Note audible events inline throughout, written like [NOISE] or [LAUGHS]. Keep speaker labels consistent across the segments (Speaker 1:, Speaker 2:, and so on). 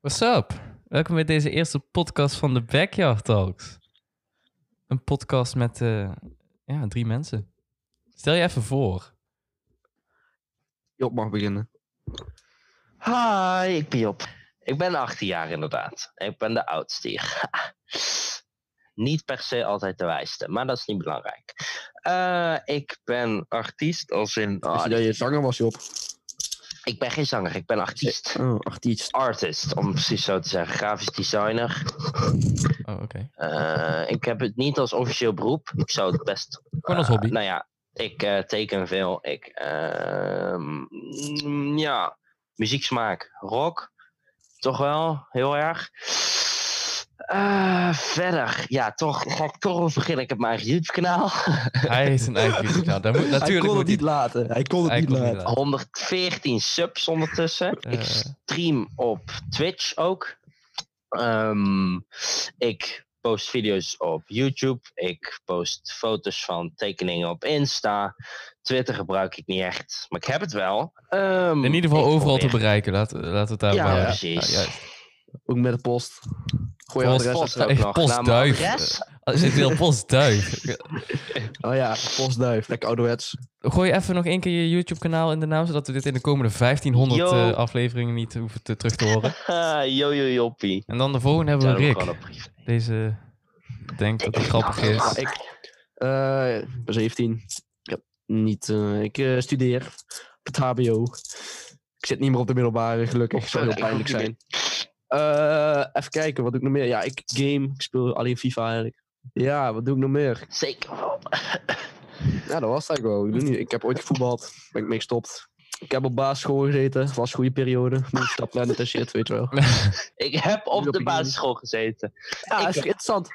Speaker 1: What's up? Welkom bij deze eerste podcast van de Backyard Talks. Een podcast met eh, ja, drie mensen. Stel je even voor.
Speaker 2: Job mag beginnen.
Speaker 3: Hi, ik ben Job. Ik ben 18 jaar inderdaad. Ik ben de oudste hier. [LAUGHS] niet per se altijd de wijste, maar dat is niet belangrijk. Eh, ik ben artiest, als in... ah,
Speaker 2: Als je dat je zanger was, Job.
Speaker 3: ik ben geen zanger, ik ben artiest.
Speaker 2: Oh, artiest.
Speaker 3: Artist, om precies zo te zeggen. Grafisch designer.
Speaker 1: Oh, oké.
Speaker 3: Eh, ik heb het niet als officieel beroep. Ik zou het best
Speaker 1: Gewoon als
Speaker 2: Ah.
Speaker 3: Eh,
Speaker 1: hobby.
Speaker 3: nou ja, ik eh, teken veel. Ik, ehm, mm, ja, muzieksmaak, rock, toch wel, heel erg. Eh, verder, ja, toch ga ik toch over beginnen. Ik heb mijn eigen YouTube-kanaal. [LAUGHS]
Speaker 1: Hij heeft een eigen YouTube-kanaal. Daar moet-
Speaker 2: hij
Speaker 1: Natuurlijk
Speaker 2: kon
Speaker 1: moet
Speaker 2: het niet laten. Hij kon het
Speaker 1: hij
Speaker 2: niet
Speaker 1: kon het
Speaker 2: laten.
Speaker 1: niet laten.
Speaker 3: 114 subs ondertussen.
Speaker 1: Eh.
Speaker 3: Ik stream op Twitch ook. Ehm, ik post video's op YouTube. Ik post foto's van tekeningen op Insta. Twitter gebruik ik niet echt, maar ik heb het wel. Ehm,
Speaker 1: In ieder geval
Speaker 3: ik
Speaker 1: overal te
Speaker 3: probeer-
Speaker 1: bereiken. Laten laten we het daarop
Speaker 3: Ja,
Speaker 1: houden.
Speaker 3: precies.
Speaker 1: Ah, juist.
Speaker 2: Ook met de post. Gooi
Speaker 1: Post,
Speaker 2: adres.
Speaker 3: Post
Speaker 2: even.
Speaker 3: ook
Speaker 1: Echt
Speaker 3: nog. Naam,
Speaker 1: postduif.
Speaker 3: adres?
Speaker 1: Er zit heel postduif.
Speaker 2: Oh ja, postduif. Lekker ouderwets.
Speaker 1: Gooi even nog één keer je YouTube-kanaal in de naam, zodat we dit in de komende 1500
Speaker 3: Yo.
Speaker 1: eh, afleveringen niet hoeven te, terug te horen.
Speaker 3: Ah, [LAUGHS] Yo, yo, joppie.
Speaker 1: En dan de volgende hebben
Speaker 3: Zou
Speaker 1: we
Speaker 3: ik
Speaker 1: Rick.
Speaker 3: gewoon op privé.
Speaker 1: Deze denkt dat hij grappig is.
Speaker 2: Ik eh, ik ben 17. Ik, heb niet, eh, ik eh, studeer op het HBO. Ik zit niet meer op de middelbare, gelukkig. zou heel
Speaker 3: verder, ik
Speaker 2: pijnlijk
Speaker 3: ook
Speaker 2: zijn. Eh, even kijken, wat doe ik nog meer? Ja, ik game. Ik speel alleen FIFA eigenlijk. Ja, wat doe ik nog meer?
Speaker 3: Zeker wel.
Speaker 2: Ja, dat was het eigenlijk wel. Ik, doe niet- ik heb ooit gevoetbald, ben ik mee gestopt. Ik heb op basisschool gezeten, was een goede periode. Nu stap naar de shit, weet je wel.
Speaker 3: Ik heb op de
Speaker 2: Joppie.
Speaker 3: basisschool gezeten.
Speaker 2: Ja,
Speaker 3: Ik-
Speaker 2: is interessant.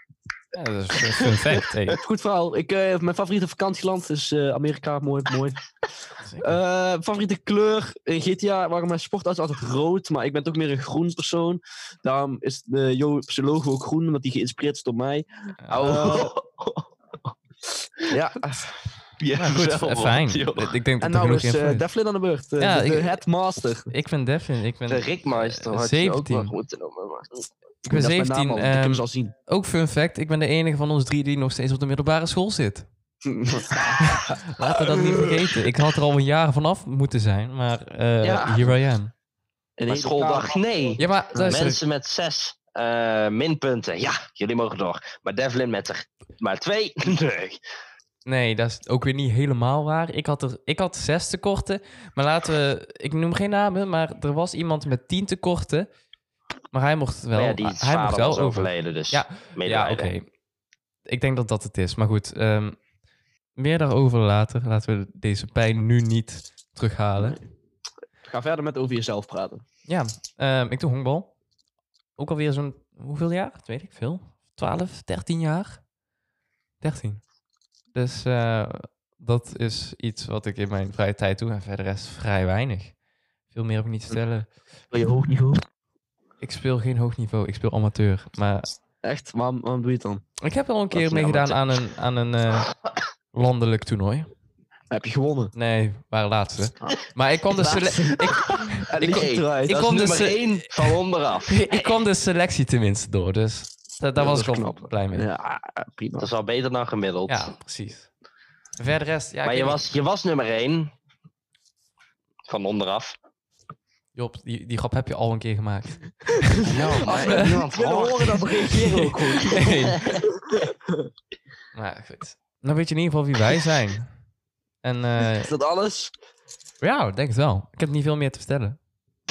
Speaker 1: Ja, dat is een fun fact. Hey.
Speaker 2: Goed verhaal. Ik, eh, mijn favoriete vakantieland is eh, Amerika. Mooi, mooi. Eh, favoriete kleur in GTA waren mijn sportauto's altijd rood, maar ik ben toch meer een groen persoon. Daarom is de Joopse logo ook groen, want die geïnspireerd is door mij.
Speaker 3: Oh, [LAUGHS]
Speaker 2: Ja,
Speaker 1: Maar goed,
Speaker 3: jezelf,
Speaker 1: eh, fijn.
Speaker 3: joh.
Speaker 1: Ik denk
Speaker 2: en
Speaker 1: dat er
Speaker 2: nou
Speaker 1: genoeg
Speaker 2: is eh,
Speaker 1: info is.
Speaker 2: Devlin aan de beurt. eh,
Speaker 1: Ja,
Speaker 2: de, de
Speaker 1: ik-
Speaker 2: headmaster.
Speaker 1: Ik ben Devin. Ik ben,
Speaker 3: De Rickmeister had je ook
Speaker 1: 17.
Speaker 3: wel moeten noemen. Maar...
Speaker 1: ik ben
Speaker 2: Dat is mijn naam
Speaker 1: 17.
Speaker 2: al, dat kunnen
Speaker 1: ehm,
Speaker 2: ze al zien.
Speaker 1: ook fun fact, ik ben de enige van ons drie die nog steeds op de middelbare school
Speaker 3: [LAUGHS]
Speaker 1: zit. Laten we dat niet vergeten. Ik had er al een jaar vanaf moeten zijn, maar eh
Speaker 3: Ja.
Speaker 1: here I am.
Speaker 2: In
Speaker 3: Maar schooldag, nee.
Speaker 1: Ja, maar luister,
Speaker 3: Mensen met zes eh, minpunten. Ja, jullie mogen door. Maar Devlin met er maar twee. [LAUGHS] Nee.
Speaker 1: Nee, dat is ook weer niet helemaal waar. Ik had, er, ik had zes tekorten. Maar laten we... Ik noem geen namen, maar er was iemand met tien tekorten. Maar hij mocht wel,
Speaker 3: Maar ja, die
Speaker 1: hij mocht
Speaker 3: vader
Speaker 1: wel
Speaker 3: was
Speaker 1: over.
Speaker 3: overleden, dus
Speaker 1: Ja, Ja, oké.
Speaker 3: medelijden.
Speaker 1: Ik denk dat dat het is. Maar goed, ehm, meer daarover later. Laten we deze pijn nu niet terughalen.
Speaker 2: Ga verder met over jezelf praten.
Speaker 1: Ja, ehm, ik doe honkbal. Ook alweer zo'n... Hoeveel jaar? Dat weet ik veel. 12, 13 jaar? 13. Dus eh, dat is iets wat ik in mijn vrije tijd doe. En verder rest vrij weinig. Veel meer heb ik niet te vertellen.
Speaker 2: Wil je hoog niveau?
Speaker 1: Ik speel geen hoog niveau. Ik speel amateur. Maar
Speaker 2: Echt? Waarom, waarom doe je het dan?
Speaker 1: ik heb al een
Speaker 3: Dat is
Speaker 1: keer
Speaker 3: een
Speaker 1: meegedaan aan een, aan een eh, landelijk toernooi.
Speaker 2: Heb je gewonnen? Ah.
Speaker 1: Nee, we waren laatste. Maar ik kwam de, sele- ik,
Speaker 2: Ik,
Speaker 3: least you
Speaker 1: Ah. ik
Speaker 3: Dat
Speaker 1: kwam
Speaker 3: is
Speaker 1: dus,
Speaker 3: nummer
Speaker 1: eh,
Speaker 3: één van
Speaker 1: [LAUGHS]
Speaker 3: onderaf.
Speaker 1: ik kwam de selectie tenminste door. Dus da- daar
Speaker 2: Ja,
Speaker 1: was
Speaker 2: dat
Speaker 1: ik al
Speaker 2: is knap.
Speaker 1: blij mee.
Speaker 2: Ja, prima.
Speaker 3: Dat
Speaker 2: [LAUGHS]
Speaker 3: is al beter dan gemiddeld.
Speaker 1: Ja, precies. Verder rest. Ja, ik
Speaker 3: maar je
Speaker 1: weet
Speaker 3: was, je was nummer één. Van onderaf.
Speaker 1: niet. Job, die, die grap heb je al een keer
Speaker 2: [LAUGHS]
Speaker 1: gemaakt. [LAUGHS]
Speaker 3: Nou,
Speaker 2: maar
Speaker 3: niemand
Speaker 2: willen
Speaker 1: Oh.
Speaker 2: horen dat reageren ook goed. [LAUGHS]
Speaker 1: Nee. maar goed. Dan weet je in ieder geval wie wij zijn. En eh,
Speaker 2: Is dat alles?
Speaker 1: ja, ik denk het wel. Ik heb niet veel meer te vertellen.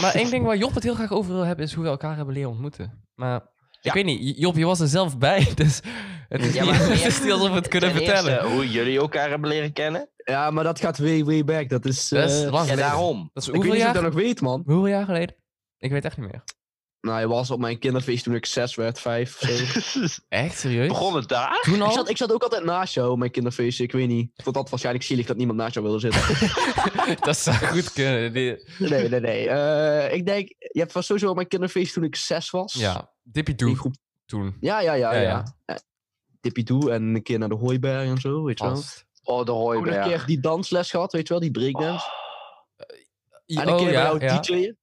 Speaker 1: Maar één ding waar Job het heel graag over wil hebben, is hoe we elkaar hebben leren ontmoeten. Maar ik
Speaker 3: Ja.
Speaker 1: weet niet, Job, je was er zelf bij, [LAUGHS] dus het is,
Speaker 3: Ja,
Speaker 1: niet, [LAUGHS]
Speaker 3: maar
Speaker 1: het
Speaker 3: eerst-
Speaker 1: is niet alsof we het kunnen
Speaker 3: Ten eerste,
Speaker 1: vertellen.
Speaker 3: hoe jullie elkaar hebben leren kennen.
Speaker 2: Ja, maar dat gaat way, way back. Dat is...
Speaker 1: Dat is
Speaker 2: eh,
Speaker 1: lang
Speaker 3: En
Speaker 1: geleden. [LAUGHS]
Speaker 3: daarom.
Speaker 1: Dat is
Speaker 2: ik
Speaker 1: hoeveel
Speaker 2: weet niet of ik
Speaker 1: jaar,
Speaker 2: dat nog weet, man.
Speaker 1: hoeveel jaar geleden? Ik weet echt niet meer.
Speaker 2: Nou, hij was op mijn kinderfeest toen ik zes werd, vijf of
Speaker 1: [LAUGHS]
Speaker 2: zo.
Speaker 1: Echt, serieus?
Speaker 3: Begon het daar?
Speaker 1: Toen
Speaker 2: [LAUGHS] ik,
Speaker 1: al?
Speaker 2: zat, ik zat ook altijd naast jou op mijn kinderfeest. Ik weet niet. Ik vond dat waarschijnlijk zielig dat niemand naast jou
Speaker 1: [LAUGHS]
Speaker 2: wilde zitten.
Speaker 1: dat zou goed kunnen. Die-
Speaker 2: nee, nee, nee. Eh, ik denk... Je hebt was sowieso op mijn kinderfeest toen ik zes was.
Speaker 1: Ja, Dippy
Speaker 2: Die
Speaker 1: Doe
Speaker 2: groep.
Speaker 1: toen.
Speaker 2: Ja, ja, ja.
Speaker 1: Ja,
Speaker 2: ja,
Speaker 1: ja.
Speaker 2: Eh, Tippy Doe en een keer naar de hooiberg en zo, weet je wel.
Speaker 1: Vast.
Speaker 3: Oh, de
Speaker 2: Ook nog een
Speaker 3: hooiberg.
Speaker 2: keer die dansles gehad, weet je wel, die breakdance.
Speaker 3: Oh.
Speaker 2: en een keer bij jou
Speaker 1: ja.
Speaker 2: DJ'en.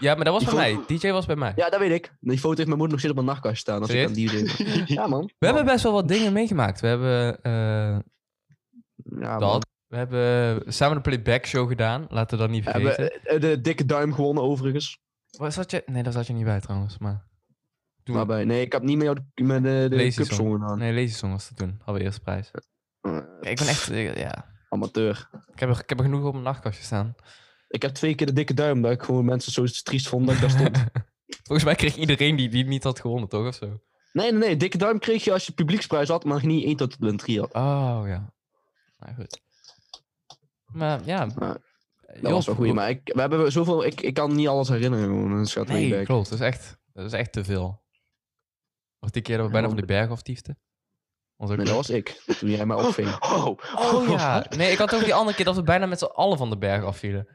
Speaker 1: Ja, maar dat was
Speaker 2: Die
Speaker 1: bij mij. DJ was bij mij.
Speaker 2: Ja, dat weet ik. Die foto heeft mijn moeder nog steeds op mijn nachtkast staan. Als ik aan die denk.
Speaker 1: [LAUGHS]
Speaker 2: Ja, man.
Speaker 1: We hebben best wel wat dingen meegemaakt. We hebben eh,
Speaker 2: Ja, man.
Speaker 1: dat. We hebben samen de playback show gedaan. Laten we dat niet
Speaker 2: We
Speaker 1: vergeten.
Speaker 2: hebben eh, de dikke duim gewonnen, overigens.
Speaker 1: Waar zat je? Nee, daar zat je niet bij trouwens. Maar toen.
Speaker 2: Maar bij, nee, ik heb niet met jou de, met eh, de, de
Speaker 1: Lazy
Speaker 2: cup
Speaker 1: song.
Speaker 2: zongen aan.
Speaker 1: Nee, Lazy Song was dat toen. Hadden we eerste prijs. Ik ben echt. eh, ja.
Speaker 2: Amateur.
Speaker 1: Ik heb, er, ik heb er genoeg op mijn nachtkastje staan.
Speaker 2: Ik heb twee keer de dikke duim dat ik gewoon mensen zo triest vond dat ik daar
Speaker 1: [LAUGHS]
Speaker 2: stond.
Speaker 1: Volgens mij kreeg iedereen die, die niet had gewonnen, toch? Of zo.
Speaker 2: Nee, nee, nee. Dikke duim kreeg je als je publieksprijs had, maar niet 1 tot een 3 had.
Speaker 1: Oh ja. Nou goed. Maar ja.
Speaker 2: dat
Speaker 1: Job,
Speaker 2: Dat was wel goed.
Speaker 1: hoe-
Speaker 2: Maar ik, we hebben zoveel... Ik, ik kan niet alles herinneren gewoon. Dat gaat
Speaker 1: Nee,
Speaker 2: nee, back.
Speaker 1: klopt. Dat is echt, dat is echt te veel. Was die keer dat we bijna van de berg aftiefden? Was ook
Speaker 2: Nee,
Speaker 1: leuk.
Speaker 2: dat was ik. Toen jij mij opving. Ah
Speaker 3: Oh,
Speaker 1: Oh ja. Nee, ik had ook die andere keer dat we bijna met z'n allen van de berg afvielen.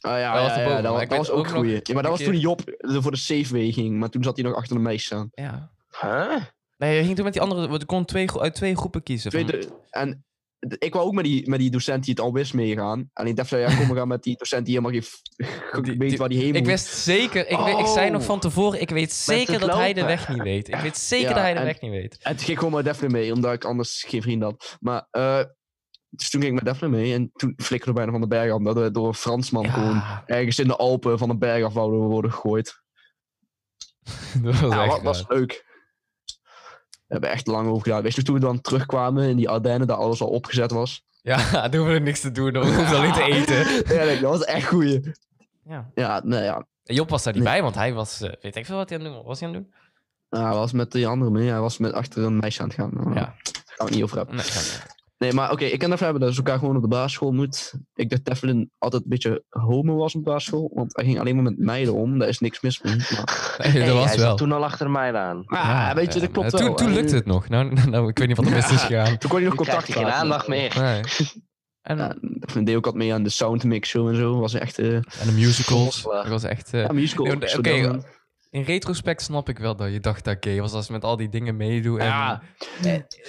Speaker 2: Ah, ja, ja,
Speaker 1: was
Speaker 2: ja,
Speaker 1: erboven,
Speaker 2: dat,
Speaker 1: maar
Speaker 2: was,
Speaker 1: ik
Speaker 2: dat
Speaker 1: weet
Speaker 2: was ook
Speaker 1: ook
Speaker 2: een
Speaker 1: nog
Speaker 2: goeie. Ja, maar dat was
Speaker 1: een
Speaker 2: toen Job eh, voor de safe way ging. Maar toen zat hij nog achter de meisje staan.
Speaker 1: Ja.
Speaker 3: Huh?
Speaker 1: Nee, je ging toen met die andere... We konden twee, gro- uit twee groepen kiezen. van-
Speaker 2: Tweede, en d- ik wou ook met die, met die docent die het al wist meegaan. En ik dacht, ja, kom, we gaan met die docent die helemaal geen... f- [LAUGHS]
Speaker 1: Die-
Speaker 2: weet
Speaker 1: die-
Speaker 2: waar die heen
Speaker 1: Ik
Speaker 2: moet.
Speaker 1: wist zeker... Ik, we- ik zei nog
Speaker 3: Oh.
Speaker 1: van tevoren, ik weet zeker
Speaker 3: het
Speaker 1: dat hij de
Speaker 3: lopen.
Speaker 1: weg niet weet. Ik weet zeker
Speaker 2: Ja,
Speaker 1: dat hij de
Speaker 2: en-
Speaker 1: weg niet weet.
Speaker 2: En toen ging ik gewoon met Daphne mee, omdat ik anders geen vriend had. Maar eh, dus toen ging ik met Daphne mee en toen flikkerde bijna van de berg af. Dat we door een Fransman gewoon
Speaker 1: Ja,
Speaker 2: ergens in de Alpen van de berg af wouden worden gegooid.
Speaker 1: [LAUGHS] dat was
Speaker 2: Ja,
Speaker 1: echt
Speaker 2: wat was
Speaker 1: raar.
Speaker 2: leuk. We hebben echt lang over gedaan. Weet je, toen we dan terugkwamen in die Ardennen, dat alles al opgezet was.
Speaker 1: Ja, [LAUGHS] toen hoefde we niks te doen. Dan hoefde we alleen te
Speaker 2: [LAUGHS]
Speaker 1: eten.
Speaker 2: Eerlijk, dat was echt goeie.
Speaker 1: Ja.
Speaker 2: Ja, nou ja.
Speaker 1: En Job was daar niet
Speaker 2: Nee.
Speaker 1: bij, want hij was... eh, weet ik veel wat hij aan het doen was. Was hij aan het doen?
Speaker 2: Nou, hij was met die andere mee. Hij was met achter een meisje aan het gaan. Nou,
Speaker 1: Ja.
Speaker 2: Daar gaan we het niet over hebben.
Speaker 1: Nee,
Speaker 2: [LAUGHS]
Speaker 1: ga niet.
Speaker 2: Nee, maar oké, ik ken ervan hebben dat ze elkaar gewoon op de basisschool moet. Ik dacht Teflin altijd een beetje homo was op de basisschool, want hij ging alleen maar met meiden om. Daar is niks mis mee. Maar...
Speaker 1: Nee, dat
Speaker 3: Hey,
Speaker 1: was
Speaker 3: hij zat
Speaker 1: wel.
Speaker 3: toen al achter mij aan.
Speaker 2: Ja, Ah, weet je, dat
Speaker 1: eh,
Speaker 2: klopt
Speaker 1: toen,
Speaker 2: wel.
Speaker 1: Toen
Speaker 2: En-
Speaker 1: lukte het nog. Nou, nou, [LAUGHS] nou, ik weet niet wat er mis is
Speaker 2: Ja.
Speaker 1: gegaan.
Speaker 2: Toen kon je nog
Speaker 3: Nu krijgt
Speaker 2: contact
Speaker 3: hij geen aandacht
Speaker 2: [LAUGHS]
Speaker 3: meer.
Speaker 1: Nee. En,
Speaker 2: Ja, Teflin deed ook altijd mee aan de soundmix zo en zo. Was echt. eh
Speaker 1: en de musicals.
Speaker 3: Zonslag.
Speaker 1: Dat was echt... eh,
Speaker 2: ja, musical.
Speaker 1: nee, want-
Speaker 2: zo
Speaker 1: oké,
Speaker 2: dan.
Speaker 1: in retrospect snap ik wel dat je dacht dat gay was als je met al die dingen meedoet. En,
Speaker 2: Ja.
Speaker 1: eh,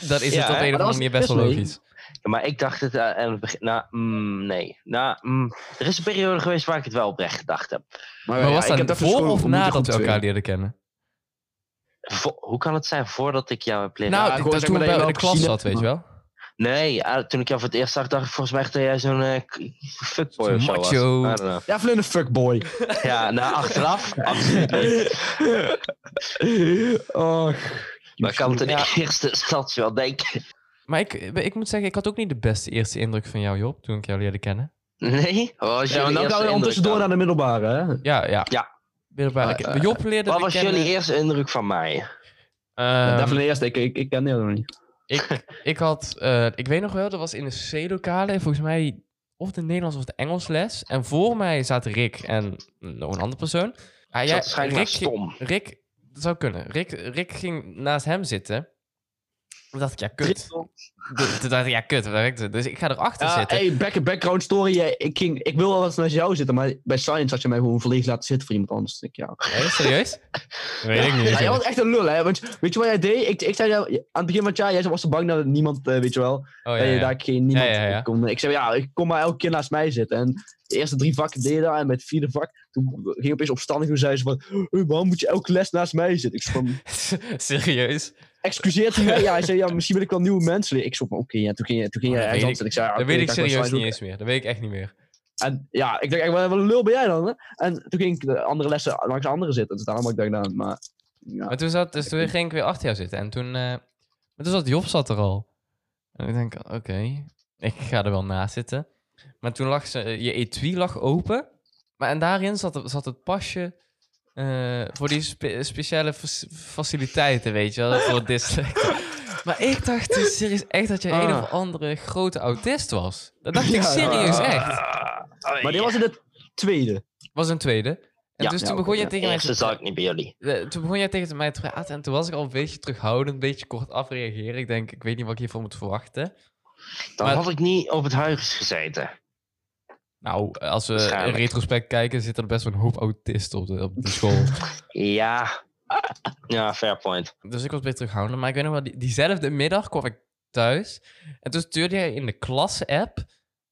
Speaker 1: dat is
Speaker 3: Ja,
Speaker 1: het op een of
Speaker 2: Maar
Speaker 3: hè?
Speaker 2: dat
Speaker 1: andere
Speaker 2: was
Speaker 1: manier best wel
Speaker 2: best mee.
Speaker 1: logisch.
Speaker 3: Ja, maar ik dacht het eh, aan het begin. Nou, mm, nee. Nou, mm, er is een periode geweest waar ik het wel oprecht gedacht heb.
Speaker 1: Maar
Speaker 2: ja,
Speaker 1: was
Speaker 2: ik
Speaker 1: dat
Speaker 2: heb Teflin
Speaker 1: voor
Speaker 2: school-
Speaker 1: of
Speaker 2: ontmoet
Speaker 1: nadat
Speaker 2: groep
Speaker 1: we
Speaker 2: twee.
Speaker 1: elkaar leerden kennen?
Speaker 3: Vo- hoe kan het zijn voordat ik jou heb leren?
Speaker 1: nou,
Speaker 2: Ja,
Speaker 1: dat
Speaker 2: gewoon
Speaker 1: dat
Speaker 2: zeg
Speaker 1: toen
Speaker 2: maar
Speaker 1: we
Speaker 2: dat je
Speaker 1: bij de klas
Speaker 2: wel gezien
Speaker 1: zat, weet
Speaker 2: hebt,
Speaker 1: je wel?
Speaker 3: nee, ja, toen ik jou voor het eerst zag, dacht ik volgens mij echt dat jij zo'n eh, k- fuckboy
Speaker 1: Zo'n
Speaker 3: of zo
Speaker 1: macho.
Speaker 3: was. I don't know.
Speaker 2: Teflin een
Speaker 1: [LAUGHS]
Speaker 2: fuckboy. [LAUGHS]
Speaker 3: Ja, nou, achteraf. absoluut niet.
Speaker 2: oh,
Speaker 3: Maar ik kan het in
Speaker 1: Ja.
Speaker 3: de eerste instantie wel denken.
Speaker 1: Maar ik, ik moet zeggen, ik had ook niet de beste eerste indruk van jou, Job, toen ik jou leerde kennen.
Speaker 3: Nee? Oh, als
Speaker 2: ja, maar
Speaker 3: jullie
Speaker 2: dan
Speaker 3: eerste
Speaker 2: gaan we
Speaker 3: indruk
Speaker 2: ondertussen door
Speaker 3: dan.
Speaker 2: naar de middelbare, hè?
Speaker 1: Ja, ja.
Speaker 3: Ja.
Speaker 1: Middelbare-
Speaker 2: Ah,
Speaker 1: ik- eh, Job leerde
Speaker 3: Wat
Speaker 1: me
Speaker 3: was
Speaker 1: kennen,
Speaker 3: jullie eerste indruk van mij?
Speaker 1: ehm,
Speaker 2: Teflin eerst, ik, ik, ik ken die nog niet.
Speaker 1: Ik, ik had, eh, ik weet nog wel, dat was in de C-lokale, volgens mij of de Nederlands of de Engels les. En voor mij zaten Rick en nog een andere persoon. Ah,
Speaker 3: Ja,
Speaker 1: jij-
Speaker 3: dat is waarschijnlijk
Speaker 1: Rick,
Speaker 3: maar stom.
Speaker 1: ging- Rick, dat zou kunnen. Rick, Rick ging naast hem zitten. Toen dacht ik, ja, kut. Toen dacht ik, ja, kut. waar werkt het? Dus ik ga erachter
Speaker 2: Ja,
Speaker 1: zitten.
Speaker 2: Ah, hey, back, background story. jij- Ik, ging, ik wil wel eens naast jou zitten, maar bij Science had je mij gewoon volledig laten zitten voor iemand anders. Ik, ja.
Speaker 1: Hé, serieus? weet ik niet. Oh,
Speaker 2: Ja,
Speaker 1: serieus.
Speaker 2: jij was echt een lul, hè? Want weet je wat jij deed? Ik, ik zei jou, aan het begin van het jaar, jij was zo bang dat het niemand, eh, weet je wel,
Speaker 1: oh, ja,
Speaker 2: dat je
Speaker 1: ja.
Speaker 2: daar geen niemand
Speaker 1: Ja, ja, ja.
Speaker 2: kon. Ik zei, ja, ik kom maar elke keer naast mij zitten. En de eerste drie vakken deed je dat, en met het vierde vak, toen ging opeens opstandig en zei ze van, "Hey, waarom moet je elke les naast mij zitten? Ik zei van,
Speaker 1: [LAUGHS] serieus?
Speaker 2: excuseert hij mij? Ja, hij zei, ja, misschien wil ik wel nieuwe mensen leren. Ik zei van, oké, ja, toen ging, je- toen ging
Speaker 1: Oh,
Speaker 2: jij
Speaker 1: dat weet
Speaker 2: ergens anders zitten. Ik zei, ja,
Speaker 1: Dat
Speaker 2: oké,
Speaker 1: weet ik
Speaker 2: ga bij
Speaker 1: serieus
Speaker 2: Science
Speaker 1: niet eens meer. Dat weet ik echt niet meer.
Speaker 2: En ja, ik dacht echt, wat wat een lul ben jij dan? Hè? En toen ging ik de andere lessen langs de anderen zitten. Dus daarom had ik dat gedaan. Maar ja,
Speaker 1: Maar toen, zat, dus toen ging ik weer achter jou zitten. En toen, eh, maar toen zat Job zat er al. En ik denk, oké, ik ga er wel naast zitten. Maar toen lag ze, je etui lag open. Maar en daarin zat, zat het pasje eh, voor die spe- speciale fac- faciliteiten, weet je wel. Voor
Speaker 2: [LAUGHS]
Speaker 1: dyslect. Maar ik dacht dus serieus echt dat je een
Speaker 2: Ah.
Speaker 1: of andere grote autist was. Dat
Speaker 2: [LAUGHS]
Speaker 1: dacht ik
Speaker 2: Ja,
Speaker 1: serieus
Speaker 2: ah.
Speaker 1: echt.
Speaker 2: maar dit was in het tweede.
Speaker 1: Was een tweede. En
Speaker 2: Ja,
Speaker 1: dus
Speaker 2: ja,
Speaker 1: toen
Speaker 2: oké,
Speaker 1: begon je
Speaker 2: ja.
Speaker 1: tegen mij
Speaker 3: Eerste
Speaker 1: te
Speaker 3: zat ik niet bij jullie.
Speaker 1: eh, toen begon jij tegen mij te praten en toen was ik al een beetje terughoudend, een beetje kort afreageren. Ik denk, ik weet niet wat ik hiervoor moet verwachten.
Speaker 3: Dan
Speaker 1: Maar-
Speaker 3: had ik niet op het huis gezeten.
Speaker 1: Nou, eh, als we in
Speaker 3: Waarschijnlijk.
Speaker 1: retrospect kijken, zitten er best wel een hoop autisten op de, op de school.
Speaker 3: Ja. Ja, fair point.
Speaker 1: dus ik was een beetje terughoudend. Maar ik weet nog wel, die, diezelfde middag kwam ik thuis en toen stuurde jij in de klas-app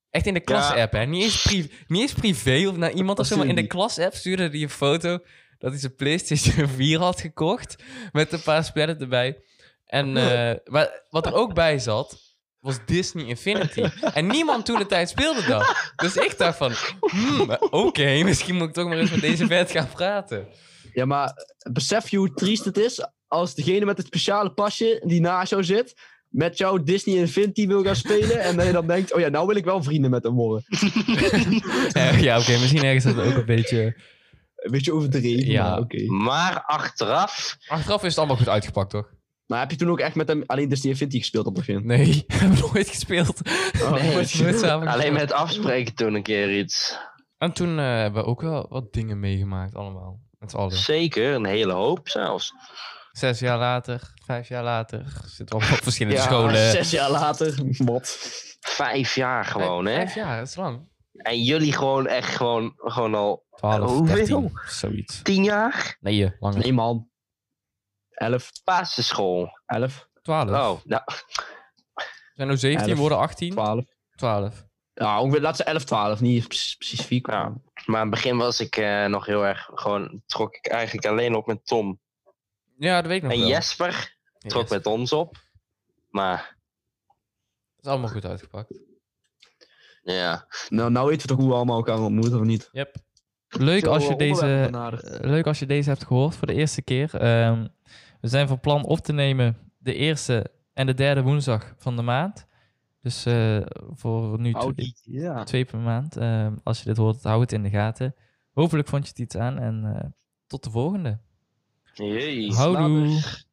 Speaker 1: Echt in de klas-app, hè? Niet eens, pri- niet eens privé of naar iemand of zo, maar in de
Speaker 2: Natuurlijk.
Speaker 1: klas-app stuurde hij een foto dat hij zijn PlayStation [LAUGHS] 4 had gekocht met een paar spellen erbij. En eh, wa- wat er ook bij zat, was Disney Infinity. En niemand toen de tijd speelde dat. Dus ik dacht van, hmm, oké, [LAUGHS] misschien moet ik toch maar eens met deze vent gaan praten.
Speaker 2: Ja, maar besef je hoe triest het is als degene met het speciale pasje die naast jou zit, met jou Disney Infinity wil gaan spelen en dat je dan denkt, oh ja, nou wil ik wel vrienden met hem worden.
Speaker 1: Eh, ja, oké, misschien ergens is dat ook een beetje...
Speaker 2: Een beetje overdreven,
Speaker 1: Ja.
Speaker 2: ja. oké.
Speaker 3: Maar achteraf,
Speaker 1: Achteraf is het allemaal goed uitgepakt, toch?
Speaker 2: Maar heb je toen ook echt met hem alleen Disney Infinity gespeeld op het begin?
Speaker 1: Nee, [LAUGHS] hebben we nooit gespeeld. [LAUGHS]
Speaker 2: Oh,
Speaker 3: Nee,
Speaker 2: goed.
Speaker 1: Nooit samen
Speaker 3: alleen
Speaker 1: gespeeld.
Speaker 3: met afspreken toen een keer iets.
Speaker 1: En toen eh, hebben we ook wel wat dingen meegemaakt, allemaal. Met z'n allen.
Speaker 3: Zeker, een hele hoop zelfs.
Speaker 1: Zes jaar later, vijf jaar later, zitten we allemaal op verschillende
Speaker 2: Ja,
Speaker 1: scholen.
Speaker 2: [LAUGHS] zes jaar later, wat?
Speaker 3: Vijf jaar gewoon, hè?
Speaker 1: Eh, Vijf jaar, dat is lang.
Speaker 3: En jullie gewoon echt gewoon, gewoon al
Speaker 1: Twaalf,
Speaker 3: Hoeveel?
Speaker 1: dertien, zoiets.
Speaker 3: tien jaar?
Speaker 1: Oh, Nee, eh, langer.
Speaker 2: Nee man. Elf,
Speaker 3: Basisschool.
Speaker 2: elf,
Speaker 1: Twaalf.
Speaker 3: Oh, nou,
Speaker 1: We zijn nu 17,
Speaker 2: Elf.
Speaker 1: worden 18.
Speaker 2: twaalf.
Speaker 1: Twaalf.
Speaker 2: Ja, ongeveer, laat ze elf, twaalf, niet precies specifiek.
Speaker 3: Ja.
Speaker 2: Ja.
Speaker 3: maar in het begin was ik eh, nog heel erg gewoon. Trok ik eigenlijk alleen op met Tom.
Speaker 1: Ja, dat weet ik nog
Speaker 3: En
Speaker 1: wel.
Speaker 3: Jesper
Speaker 1: Ja,
Speaker 3: trok
Speaker 1: yes.
Speaker 3: met ons op. Maar
Speaker 1: Dat is allemaal goed uitgepakt.
Speaker 3: ja,
Speaker 2: Nou, nou weten we toch hoe we allemaal elkaar ontmoeten, of niet? Eh,
Speaker 1: Yep. Leuk als je deze leuk als je deze hebt gehoord voor de eerste keer. Ehm, we zijn van plan op te nemen de eerste en de derde woensdag van de maand. Dus eh, voor nu twee,
Speaker 2: Audi. Ja.
Speaker 1: twee per maand. Ehm, als je dit hoort, hou het in de gaten. Hopelijk vond je het iets aan en eh, tot de volgende.
Speaker 3: jee.
Speaker 1: Houdoe.
Speaker 3: Later.